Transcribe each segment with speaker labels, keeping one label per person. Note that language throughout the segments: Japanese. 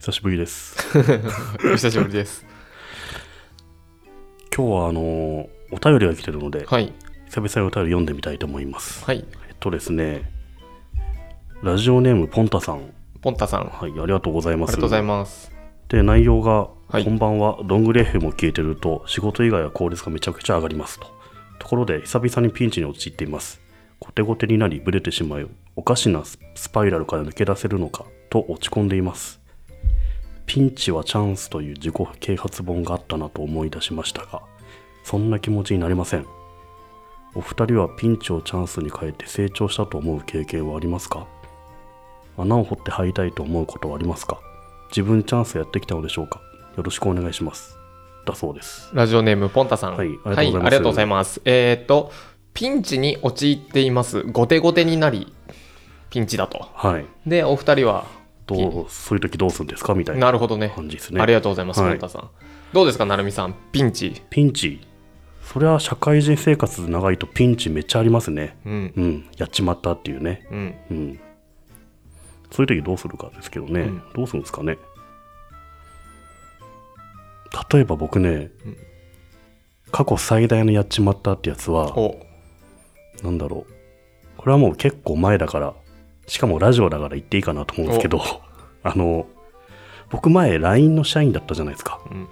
Speaker 1: 久しぶりです。
Speaker 2: お久しぶりです。
Speaker 1: 今日はあのーお便りが来てるので、
Speaker 2: はい。
Speaker 1: 久々にお便り読んでみたいと思います。
Speaker 2: はい。
Speaker 1: えっとですね、ラジオネームポンタさん、
Speaker 2: ポンタさん、あ
Speaker 1: はい、ありがとうござい
Speaker 2: り
Speaker 1: ます。
Speaker 2: がとうございます。
Speaker 1: で内容が、
Speaker 2: はい
Speaker 1: こんばんはドングレフも消えてると仕事以外は効率がめちゃくちゃ上がりますとところで久々にピンチに陥っていますコテコテになりブレてしまいおかしなススパイラルから抜け出せるのかと落ち込んでいますピンチはチャンスという自己啓発本があったなと思い出しましたがそんな気持ちになりませんお二人はピンチをチャンスに変えて成長したと思う経験はありますか穴を掘って入りたいと思うことはありますか自分チャンスやってきたのでしょうかよろしくお願いしますだそうです
Speaker 2: ラジオネームポンタさん。
Speaker 1: はい
Speaker 2: は
Speaker 1: あり
Speaker 2: い
Speaker 1: がとうございます
Speaker 2: ありがとうございます。えーっと、ピンチに陥っています。後手後手になり、ピンチだと。
Speaker 1: はい
Speaker 2: で、お二人は、
Speaker 1: どうそういう時どうするんですかみたいな
Speaker 2: なるほどね。
Speaker 1: 感じですね
Speaker 2: ありがとうございます、
Speaker 1: はい
Speaker 2: ポンタさん。どうですか、なるみさん。ピンチ。
Speaker 1: ピンチそりゃ社会人生活長いとピンチめっちゃありますね
Speaker 2: うん。
Speaker 1: うんやっちまったっていうね
Speaker 2: うん。
Speaker 1: うんそういう時どうするかですけどね、
Speaker 2: うん
Speaker 1: どうするんですかね例えば僕ね、
Speaker 2: うん
Speaker 1: 過去最大のやっちまったってやつは
Speaker 2: お、
Speaker 1: なんだろう。これはもう結構前だから、しかもラジオだから言っていいかなと思うんですけど、 あの、僕前 LINE の社員だったじゃないですか。
Speaker 2: うん。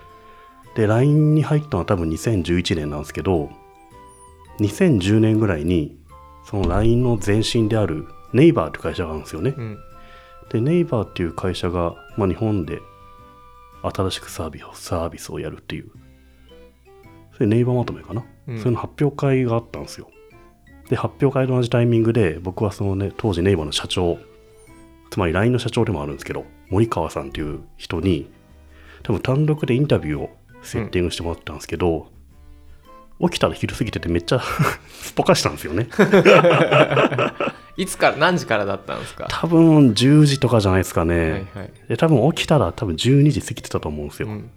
Speaker 1: で、LINE に入ったのは多分2011年なんですけど、2010年ぐらいに、その LINE の前身であるネイバーって会社があるんですよね
Speaker 2: う。ん。
Speaker 1: で、ネイバーっていう会社が、まあ、日本で新しくサービスを、サービスをやるっていう。それネイバーまとめかな。
Speaker 2: うん
Speaker 1: それの発表会があったんですよ。で、発表会と同じタイミングで、僕はそのね、当時ネイバーの社長、つまり LINE の社長でもあるんですけど、森川さんっていう人に、多分単独でインタビューをセッティングしてもらったんですけど、起きたら昼過ぎててめっちゃ すっぽかしたんですよ ね。
Speaker 2: いつから、何時からだったんですか。
Speaker 1: 多分10時とかじゃないですかね。
Speaker 2: はいはい。
Speaker 1: で多分起きたら多分12時過ぎてたと思うんです
Speaker 2: う
Speaker 1: よ、
Speaker 2: ん。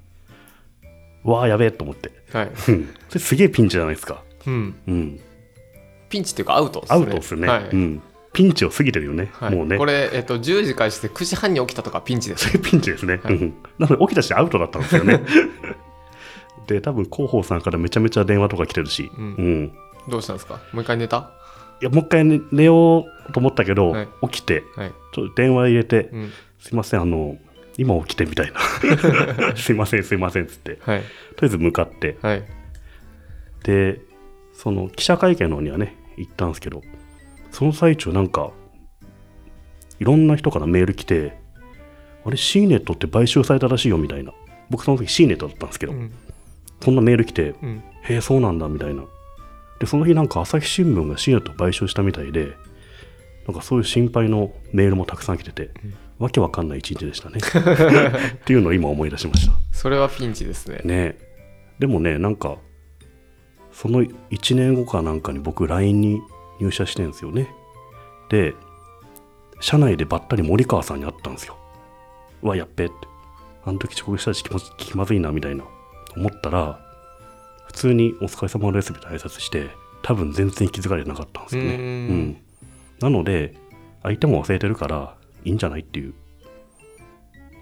Speaker 1: わあやべえと思って
Speaker 2: はい。
Speaker 1: うんそれすげえピンチじゃないですか
Speaker 2: うん。
Speaker 1: うん
Speaker 2: ピンチっていうか、アウトですね。
Speaker 1: アウトですね、
Speaker 2: はい。
Speaker 1: うん、ピンチを過ぎてるよね、
Speaker 2: はい
Speaker 1: もうね
Speaker 2: これ、えっと、10時開始で9時半に起きたとかピンチです
Speaker 1: それピンチですね、
Speaker 2: はい
Speaker 1: うんなので起きたしアウトだったんですよ ねで多分広報さんからめちゃめちゃ電話とか来てるし、
Speaker 2: うん
Speaker 1: うん
Speaker 2: どうしたんですかもう一回寝た
Speaker 1: いやもう一回寝寝ようと思ったけど、
Speaker 2: はい
Speaker 1: 起きて
Speaker 2: はい。
Speaker 1: ちょっと電話入れて、
Speaker 2: うん。
Speaker 1: すいませんあの今起きてみたい な すいませんすいませんっつってと
Speaker 2: はい。
Speaker 1: りあえず向かって
Speaker 2: はい。
Speaker 1: でその記者会見の方にはね行ったんですけどその最中なんかいろんな人からメール来てあれ C ネットって買収されたらしいよみたいな僕その時 C ネットだったんですけど、
Speaker 2: うん。
Speaker 1: そんなメール来て
Speaker 2: うん。
Speaker 1: へえそうなんだみたいなでその日なんか朝日新聞が C ネットを買収したみたいでなんかそういう心配のメールもたくさん来てて、わけわかんない一日でしたね っていうのを今思い出しました
Speaker 2: それはピンチですね。
Speaker 1: ねでもねなんかその1年後かなんかに僕 LINE に入社してんですよねで社内でばったり森川さんに会ったんですようわやっべってあの時遅刻したし気持ち気まずいなみたいな思ったら普通に「お疲れ様です」みたいな挨拶して多分全然気づかれてなかったんですよね
Speaker 2: うーん
Speaker 1: うんなので相手も忘れてるからいいんじゃないっていう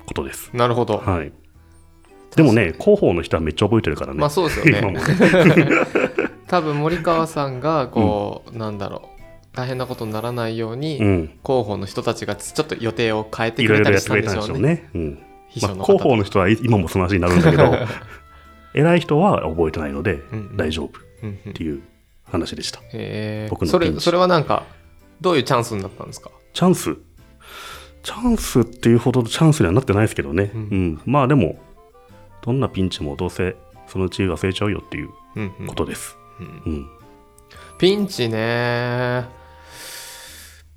Speaker 1: ことです
Speaker 2: なるほど。
Speaker 1: はい。でもね、広報の人はめっちゃ覚えてるからね。
Speaker 2: まあそうですよ
Speaker 1: 今
Speaker 2: ね
Speaker 1: も。
Speaker 2: 多分森川さんが、こう、なんだろう。大変なことにならないように、
Speaker 1: うん。
Speaker 2: 広報の人たちがちょっと予定を変えて
Speaker 1: い
Speaker 2: く
Speaker 1: ろい
Speaker 2: れた
Speaker 1: ろやっくれ
Speaker 2: りしてたんで
Speaker 1: たん
Speaker 2: し
Speaker 1: でし
Speaker 2: ょう
Speaker 1: ょう
Speaker 2: ね。
Speaker 1: ね。うん。
Speaker 2: 秘
Speaker 1: ま
Speaker 2: 書
Speaker 1: あ、
Speaker 2: の方
Speaker 1: 広
Speaker 2: と
Speaker 1: 報の人は今もその話になるんだけど、 偉い人は覚えてないので
Speaker 2: うんうん
Speaker 1: 大丈夫っ
Speaker 2: うんうん
Speaker 1: ていう話でした。
Speaker 2: へ
Speaker 1: 僕
Speaker 2: ー
Speaker 1: の
Speaker 2: そ
Speaker 1: ピン
Speaker 2: れ
Speaker 1: チ
Speaker 2: それはなんか、どういうチャンスになったんですか
Speaker 1: チャンスチャンスっていうほどチャンスにはなってないですけどね。う
Speaker 2: うんん。
Speaker 1: まあでも、どんなピンチもどうせそのうち忘れちゃうよっていう
Speaker 2: うんうん
Speaker 1: ことです。
Speaker 2: うん
Speaker 1: うん。
Speaker 2: ピンチね。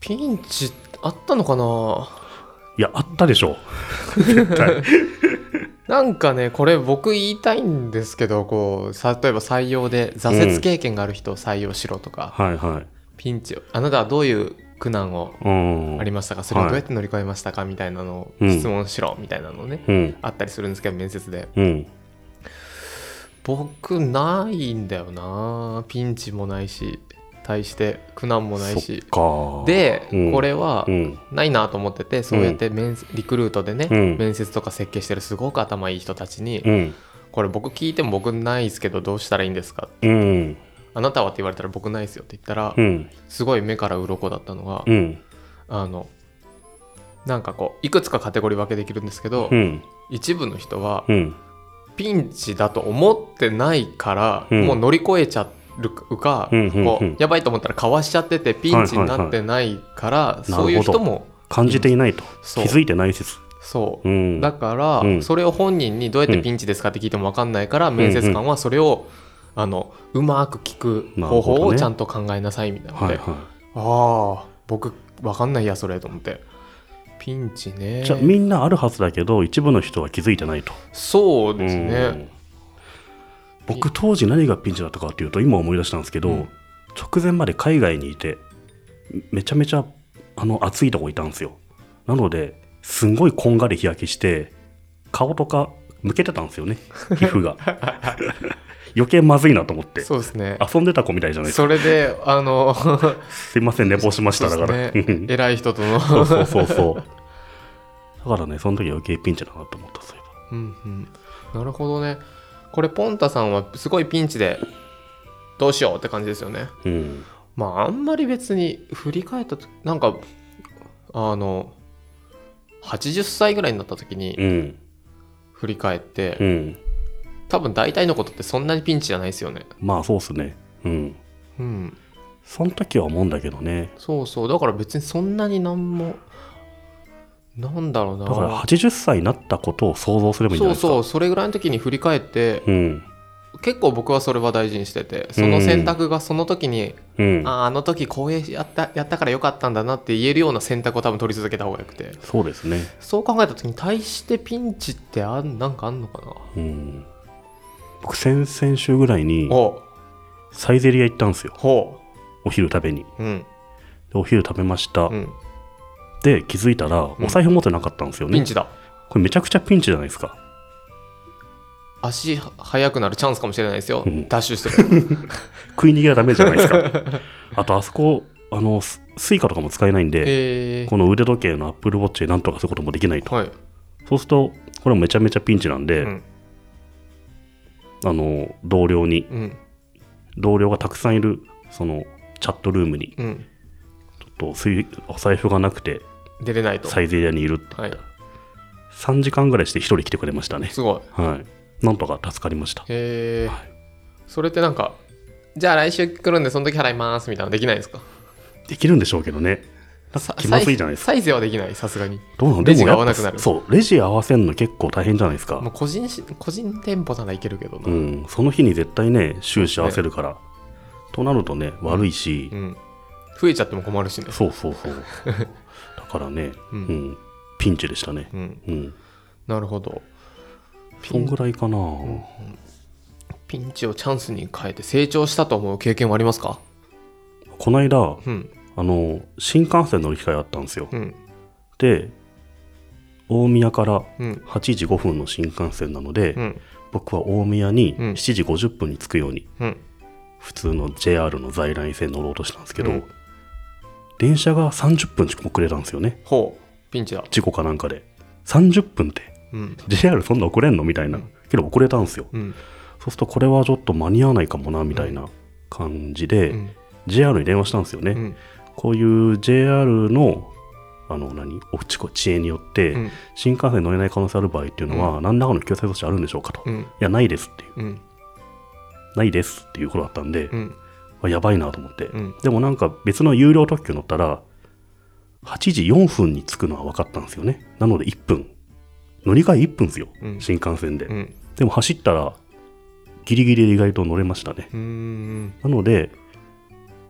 Speaker 2: ピンチあったのかない
Speaker 1: や、あったでしょう。絶対。
Speaker 2: なんかねこれ僕言いたいんですけどこうさ例えば採用で挫折経験がある人を採用しろとか、
Speaker 1: はいはい。
Speaker 2: ピンチをあなたはどういう苦難を
Speaker 1: うん。
Speaker 2: ありましたかそれをどうやって乗り越えましたかみたいなの
Speaker 1: う
Speaker 2: を
Speaker 1: ん
Speaker 2: 質問しろみたいなのね、
Speaker 1: うん。
Speaker 2: あったりするんですけど面接で
Speaker 1: うん。
Speaker 2: 僕ないんだよなピンチもないし対して苦難もないし
Speaker 1: そっか
Speaker 2: で、
Speaker 1: うん
Speaker 2: これは
Speaker 1: うん
Speaker 2: ないなと思っててそうやって面リクルートでね、
Speaker 1: うん
Speaker 2: 面接とか設計してるすごく頭いい人たちに、
Speaker 1: うん
Speaker 2: これ僕聞いても僕ないですけどどうしたらいいんですか
Speaker 1: うん
Speaker 2: あなたはって言われたら僕ないですよって言ったら、
Speaker 1: うん
Speaker 2: すごい目から鱗だったのが、
Speaker 1: うん
Speaker 2: あのなんかこういくつかカテゴリー分けできるんですけど、
Speaker 1: うん
Speaker 2: 一部の人は
Speaker 1: うん
Speaker 2: ピンチだと思ってないから、
Speaker 1: うん
Speaker 2: もう乗り越えちゃうか、
Speaker 1: うんうんうん
Speaker 2: こうやばいと思ったらかわしちゃっててピンチになってないから、
Speaker 1: い
Speaker 2: そういう人も
Speaker 1: 感じていないと気
Speaker 2: そう
Speaker 1: づいてない説
Speaker 2: そう、
Speaker 1: うん
Speaker 2: だから、
Speaker 1: うん
Speaker 2: それを本人にどうやってピンチですかって聞いても分かんないから、面接官はそれをあのうまく聞く方
Speaker 1: なるほ
Speaker 2: 法
Speaker 1: ど
Speaker 2: を
Speaker 1: ね
Speaker 2: ちゃんと考えなさいみたいなの
Speaker 1: は
Speaker 2: で、
Speaker 1: いは
Speaker 2: ああ僕分かんないやそれと思ってピンチね
Speaker 1: いじゃあみんなあるはずだけど一部の人は気づいてないと
Speaker 2: そうです
Speaker 1: う
Speaker 2: ね
Speaker 1: ん僕当時何がピンチだったかっていうと今思い出したんですけど、
Speaker 2: うん
Speaker 1: 直前まで海外にいてめちゃめちゃあの暑いとこいたんですよなのですんごいこんがり日焼けして顔とかむけてたんですよね皮膚 が余計まずいなと思って
Speaker 2: そうですね
Speaker 1: 遊んでた子みたいじゃないですか
Speaker 2: それで あの
Speaker 1: すいません寝坊しましただから
Speaker 2: そうですね偉い人との
Speaker 1: そうそうそう そう。だからね、その時は余計ピンチだなと思った、そうい
Speaker 2: うんうんなるほどねこれポンタさんはすごいピンチでどうしようって感じですよね
Speaker 1: えば。うん。
Speaker 2: まああんまり別に振り返ったとなんかあの80歳ぐらいになった時に
Speaker 1: うん。
Speaker 2: 振り返って、
Speaker 1: うん。
Speaker 2: 多分大体のことってそんなにピンチじゃないですよね
Speaker 1: まあ、そうっすね。うん。
Speaker 2: うん
Speaker 1: その時は思うんだけどね。
Speaker 2: そうそうだから別にそんなになんもなんだろうな
Speaker 1: だから80歳になったことを想像すればいいんじゃな
Speaker 2: そう
Speaker 1: いですか。
Speaker 2: そうそれぐらいの時に振り返って
Speaker 1: うん。
Speaker 2: 結構僕はそれは大事にしててその選択がその時に、
Speaker 1: うん。
Speaker 2: あーあの時こうやったやったからよかったんだなって言えるような選択を多分取り続けた方がよくて
Speaker 1: そうですね。
Speaker 2: そう考えた時に対してピンチってあんなんかあんのかな
Speaker 1: うん。僕、先々週ぐらいに
Speaker 2: お
Speaker 1: サイゼリア行ったんですよ。
Speaker 2: ほ
Speaker 1: お昼食べに。
Speaker 2: ううん
Speaker 1: でお昼食べました。
Speaker 2: うん
Speaker 1: で、気づいたら、お財布持ってなかったんですよ
Speaker 2: ピ
Speaker 1: ね。
Speaker 2: ンチだ
Speaker 1: これめちゃくちゃピンチじゃないですか。
Speaker 2: 足速くなるチャンスかもしれないですよ、
Speaker 1: うん
Speaker 2: ダッシュしてる
Speaker 1: 食い逃げはダメじゃないですか。 あと、あそこ、あの、ススイカとかも 使えないんで、
Speaker 2: へえ
Speaker 1: この腕時計のアップルウォッチでなんとかすることもできないと。
Speaker 2: はい、
Speaker 1: そうすると、これもめちゃめちゃピンチなんで、
Speaker 2: うん
Speaker 1: あの、同僚に、
Speaker 2: うん
Speaker 1: 同僚がたくさんいる、その、チャットルームに、
Speaker 2: うん
Speaker 1: ちょっとスイ、お財布がなくて、
Speaker 2: 出れないと
Speaker 1: サイゼリアにいるって、
Speaker 2: はい
Speaker 1: 3時間ぐらいして1人来てくれましたね。
Speaker 2: すごい
Speaker 1: はい。なんとか助かりました。
Speaker 2: へえ、
Speaker 1: は
Speaker 2: それってなんかじゃあ来週来るんでその時払いますみたいなのできないですか
Speaker 1: できるんでしょうけどね。なん
Speaker 2: さ
Speaker 1: か気まずいじゃないですか。
Speaker 2: サイサイズはできないさすがに
Speaker 1: どうなの
Speaker 2: レジが
Speaker 1: でもやっぱ
Speaker 2: 合わなくなる
Speaker 1: そう、レジ合わせるの結構大変じゃないですか
Speaker 2: もう。個人し個人店舗ならいけるけどな
Speaker 1: うん、その日に絶対ね、収支合わせるから。となるとね、悪いし、
Speaker 2: うん増えちゃっても困るしね
Speaker 1: そうそうそう。だからね、
Speaker 2: う
Speaker 1: うんん、ピンチでしたね。
Speaker 2: うん
Speaker 1: うん、
Speaker 2: なるほど
Speaker 1: そんぐらいかな。
Speaker 2: ピンチをチャンスに変えて成長したと思う経験はありますか
Speaker 1: この間、
Speaker 2: うん
Speaker 1: あの、新幹線乗る機会あったんですよ。
Speaker 2: うん
Speaker 1: で、大宮から
Speaker 2: うん
Speaker 1: 8時5分の新幹線なので、
Speaker 2: うん
Speaker 1: 僕は大宮に
Speaker 2: うん
Speaker 1: 7時50分に着くように、
Speaker 2: うん
Speaker 1: 普通の JR の在来線乗ろうとしたんですけど、
Speaker 2: うん
Speaker 1: 電車が30分遅刻れたんですよね。
Speaker 2: ほうピンチだ
Speaker 1: 事故かなんかで。30分って。
Speaker 2: うん、
Speaker 1: JR そんな遅れんのみたいな、けど遅れたんですよ
Speaker 2: うん
Speaker 1: そうするとこれはちょっと間に合わないかもなみたいな感じで、
Speaker 2: うん
Speaker 1: JR に電話したんですよね、
Speaker 2: うん
Speaker 1: こういう JR のあの何おちこ知恵によって、
Speaker 2: うん
Speaker 1: 新幹線乗れない可能性ある場合っていうのは、何らかの救済措置あるんでしょうかと、
Speaker 2: う
Speaker 1: い
Speaker 2: ん
Speaker 1: やないですっていう
Speaker 2: うん
Speaker 1: ないですっていうことだったんで、
Speaker 2: うん
Speaker 1: あやばいなと思って、
Speaker 2: うん
Speaker 1: でもなんか別の有料特急乗ったら8時4分に着くのは分かったんですよねなので1分乗り換え1分ですよ、
Speaker 2: うん
Speaker 1: 新幹線で、
Speaker 2: うん
Speaker 1: でも走ったらギリギリで意外と乗れましたね
Speaker 2: うーん
Speaker 1: なので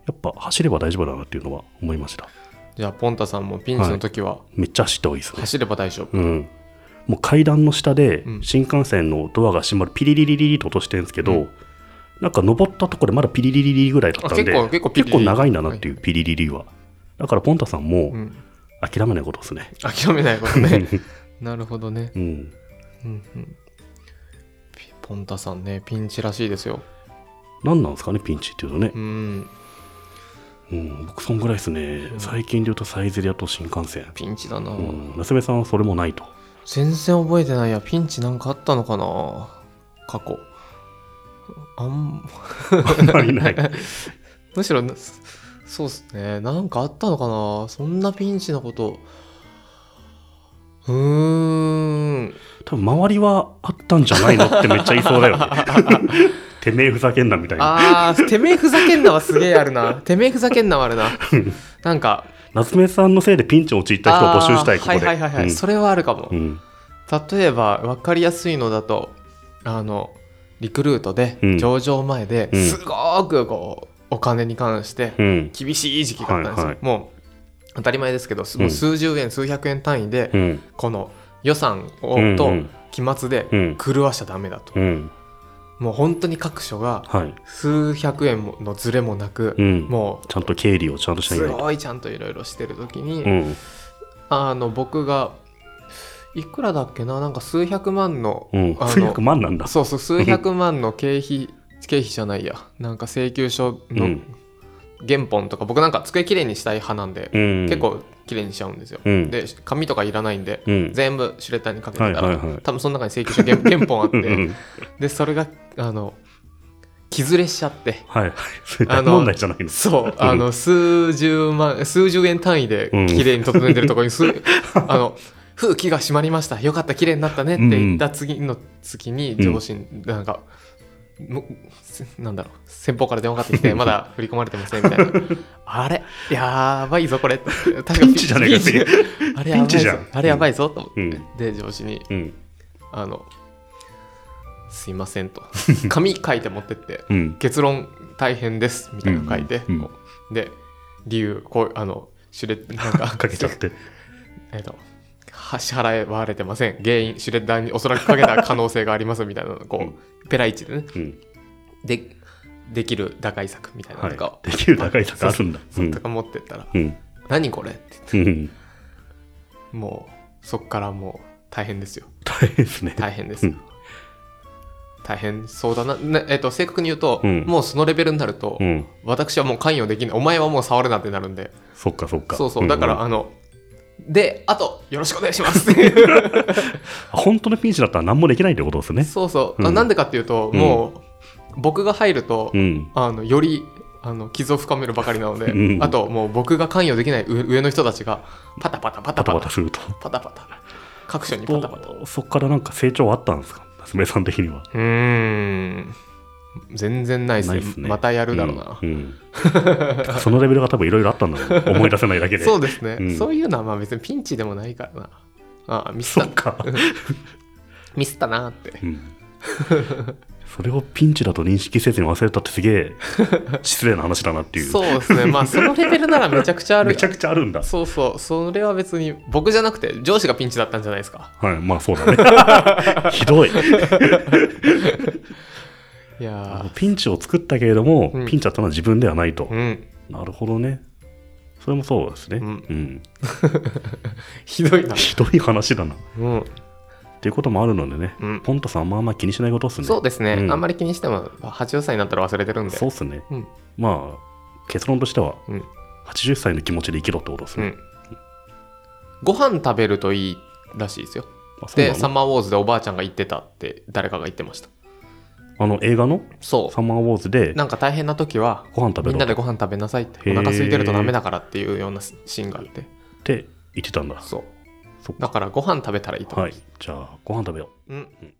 Speaker 1: やっぱ走れば大丈夫だなっていうのは思いました
Speaker 2: じゃあポンタさんもピンチの時は
Speaker 1: めっちゃ走った方がいいですね
Speaker 2: 走れば大丈夫、
Speaker 1: うんもう階段の下で
Speaker 2: うん
Speaker 1: 新幹線のドアが閉まるピリリリリリと音してるんですけど、なんか登ったところでまだピリリリリぐらいだったんで
Speaker 2: あ結構結構ピリリ
Speaker 1: 長いんだなっていうピリリリはだからポンタさん
Speaker 2: う
Speaker 1: も
Speaker 2: ん、
Speaker 1: 諦めないことですね
Speaker 2: 諦めないこ とねなるほどね
Speaker 1: うん
Speaker 2: うんうんピポンタさんねピンチらしいですよ
Speaker 1: 何なんですかねピンチっていうとね
Speaker 2: うん
Speaker 1: うん、僕そんぐらいですね、
Speaker 2: うん
Speaker 1: 最近で言うとサイゼリアと新幹線、
Speaker 2: ピンチだな、
Speaker 1: うん、夏目さんはそれもないと
Speaker 2: 全然覚えてないやピンチなんかあったのかな過去あん
Speaker 1: あんまりない
Speaker 2: むしろなそうっすねなんかあったのかなそんなピンチなことうーん
Speaker 1: 多分周りはあったんじゃないのってめっちゃ言いそうだ よねてめえふざけんなみたいな
Speaker 2: あーてめえふざけんなはすげえあ るなてめえふざけんなはあるななんか
Speaker 1: 夏目さんのせいでピンチに陥った人を募集したい
Speaker 2: あー
Speaker 1: ここで
Speaker 2: はいはいはい、はい
Speaker 1: うん
Speaker 2: それはあるかも、
Speaker 1: うん
Speaker 2: 例えば分かりやすいのだとあのリクルートで
Speaker 1: うん
Speaker 2: 上場前で
Speaker 1: うん
Speaker 2: すごくこうお金に関して
Speaker 1: うん
Speaker 2: 厳しい時期があったんですよ、
Speaker 1: はいはい
Speaker 2: もう当たり前ですけどす
Speaker 1: うん
Speaker 2: 数十円数百円単位で
Speaker 1: うん
Speaker 2: この予算を
Speaker 1: うん
Speaker 2: と
Speaker 1: うん
Speaker 2: 期末で
Speaker 1: うん
Speaker 2: 狂わしちゃダメだと
Speaker 1: うん
Speaker 2: もう本当に各所が
Speaker 1: はい
Speaker 2: 数百円ものズレもなく
Speaker 1: うん
Speaker 2: も
Speaker 1: ちゃんと経理をちゃんと
Speaker 2: う
Speaker 1: しなきゃい
Speaker 2: す
Speaker 1: けない
Speaker 2: ごいちゃんといろいろしてる時に、
Speaker 1: うん
Speaker 2: あの僕がいくらだっけななんか数百万の,、
Speaker 1: うん
Speaker 2: あ
Speaker 1: 数百
Speaker 2: の
Speaker 1: 万なんだ
Speaker 2: そうそう数百万の経費経費じゃないやなんか請求書
Speaker 1: う
Speaker 2: の
Speaker 1: ん
Speaker 2: 原本とか、僕なんか机きれいにしたい派なんで、
Speaker 1: うん
Speaker 2: 結構きれいにしちゃうんですよ、
Speaker 1: うん
Speaker 2: で紙とかいらないんで、
Speaker 1: うん
Speaker 2: 全部シュレッダーにかけてたら、
Speaker 1: はいはいはい
Speaker 2: 多分その中に請求書原 原本あっ
Speaker 1: うんう
Speaker 2: て
Speaker 1: ん
Speaker 2: でそれがあの気ずれしちゃって
Speaker 1: はいはいそれ
Speaker 2: あ
Speaker 1: 大
Speaker 2: の
Speaker 1: 問題じゃないの
Speaker 2: そう、あの、数十万、数十円単位で
Speaker 1: うん
Speaker 2: 綺麗に整えてるところ に、すあの、風紀が閉まりました。よかった、綺麗になったねって言った次の月に、
Speaker 1: うん
Speaker 2: 上司に、なんか、むせなんだろう、先方から電話か かってきて、まだ振り込まれてませんみたいな。あれやばいぞ、これ。確か
Speaker 1: ピンチじゃねえか
Speaker 2: ピンチあれやばい
Speaker 1: ピンチじ
Speaker 2: ぞ
Speaker 1: ゃん、
Speaker 2: あれやばいぞ、と思って。
Speaker 1: うん
Speaker 2: で、上司に、
Speaker 1: うん
Speaker 2: あの、すいませんと。 紙書いて持ってって。
Speaker 1: うん
Speaker 2: 結論大変ですみたいなの書いて、
Speaker 1: うんうん
Speaker 2: こうで理由こうあのシュレッな んか
Speaker 1: かけちゃって
Speaker 2: えっとは支払われてません原因シュレッダーにおそらくかけた可能性がありますみたいなのこうペライチでね
Speaker 1: うん
Speaker 2: でできる打開策みたいなのとかを
Speaker 1: は、いできる高い高あるんだう
Speaker 2: そうんとか持ってったら「
Speaker 1: うん
Speaker 2: 何これ?」って言って
Speaker 1: うん
Speaker 2: もうそっからもう大変ですよ
Speaker 1: 大変ですね
Speaker 2: 大変ですよ
Speaker 1: うん
Speaker 2: 大変そうだな、ねえっと正確に言うと、
Speaker 1: うん
Speaker 2: もうそのレベルになると、
Speaker 1: うん
Speaker 2: 私はもう関与できないお前はもう触るなってなるんで
Speaker 1: そっかそっか
Speaker 2: そうそう、だから、
Speaker 1: んん
Speaker 2: あの、で、あと、よろしくお願いしますっていう。
Speaker 1: 本当のピンチだったら何もできないってことですね
Speaker 2: そうそう、あ
Speaker 1: うん
Speaker 2: なんでかっていうと、
Speaker 1: うん
Speaker 2: もう、僕が入ると、
Speaker 1: うん
Speaker 2: あの、より、あの、傷を深めるばかりなので、
Speaker 1: うん
Speaker 2: あと、もう僕が関与できない上上の人たちが、パタパタパ
Speaker 1: バタ
Speaker 2: タパ
Speaker 1: バ
Speaker 2: タ、
Speaker 1: タすると
Speaker 2: パタパタ、各所にパタパタ。う
Speaker 1: そっからなんか成長はあったんですか夏目さん的には
Speaker 2: ーん。全然ないです
Speaker 1: な
Speaker 2: ね
Speaker 1: いっすね
Speaker 2: またやるだろうな、
Speaker 1: うんうんてかそのレベルが多分いろいろあったんだろう ね思い出せないだけで
Speaker 2: そうですね、
Speaker 1: うん
Speaker 2: そういうのはまあ別にピンチでもないからなああミス
Speaker 1: そ
Speaker 2: っ
Speaker 1: ったか、
Speaker 2: ミスったなーって
Speaker 1: うん、それをピンチだと認識せずに忘れたってすげえ失礼な話だなっていう
Speaker 2: そうですねまあそのレベルならめちゃくちゃあ る
Speaker 1: めちゃくちゃあるんだ
Speaker 2: そうそう、それは別に僕じゃなくて上司がピンチだったんじゃないですか。
Speaker 1: はいまあそうだ ねひどい
Speaker 2: いや
Speaker 1: ピンチを作ったけれども、
Speaker 2: うん
Speaker 1: ピンチだったのは自分ではないと
Speaker 2: ー、、うん、
Speaker 1: なるほどねそれもそうですね
Speaker 2: うん
Speaker 1: うん
Speaker 2: ひどいな。
Speaker 1: ひどい話だなっ
Speaker 2: うん、
Speaker 1: ていうこともあるのでね、
Speaker 2: うん
Speaker 1: ポンタさんはまあまあ気にしないことですね
Speaker 2: そうですね、
Speaker 1: うん
Speaker 2: あんまり気にしても80歳になったら忘れてるんで。
Speaker 1: そうっすね
Speaker 2: うん、
Speaker 1: まあ結論としては
Speaker 2: うん、
Speaker 1: 80歳の気持ちで生きろってことです
Speaker 2: う
Speaker 1: ね、
Speaker 2: ん。ご飯食べるといいらしいですよ。
Speaker 1: あそうな
Speaker 2: で、
Speaker 1: の
Speaker 2: サマーウォーズでおばあちゃんが言ってたって誰かが言ってました。
Speaker 1: あの映画の
Speaker 2: そ
Speaker 1: サマーウォーズで
Speaker 2: う。なんか大変な時は、
Speaker 1: ご飯食べ
Speaker 2: みん
Speaker 1: ろ
Speaker 2: なで
Speaker 1: っ
Speaker 2: ご飯食べなさいって、
Speaker 1: へー
Speaker 2: お腹空いてるとダメだからっていうようなシーンがあって。
Speaker 1: て言ってたんだ
Speaker 2: そう。
Speaker 1: そっか
Speaker 2: だからご飯食べたらいいと思う。
Speaker 1: はいじゃあご飯食べよう
Speaker 2: うん
Speaker 1: うん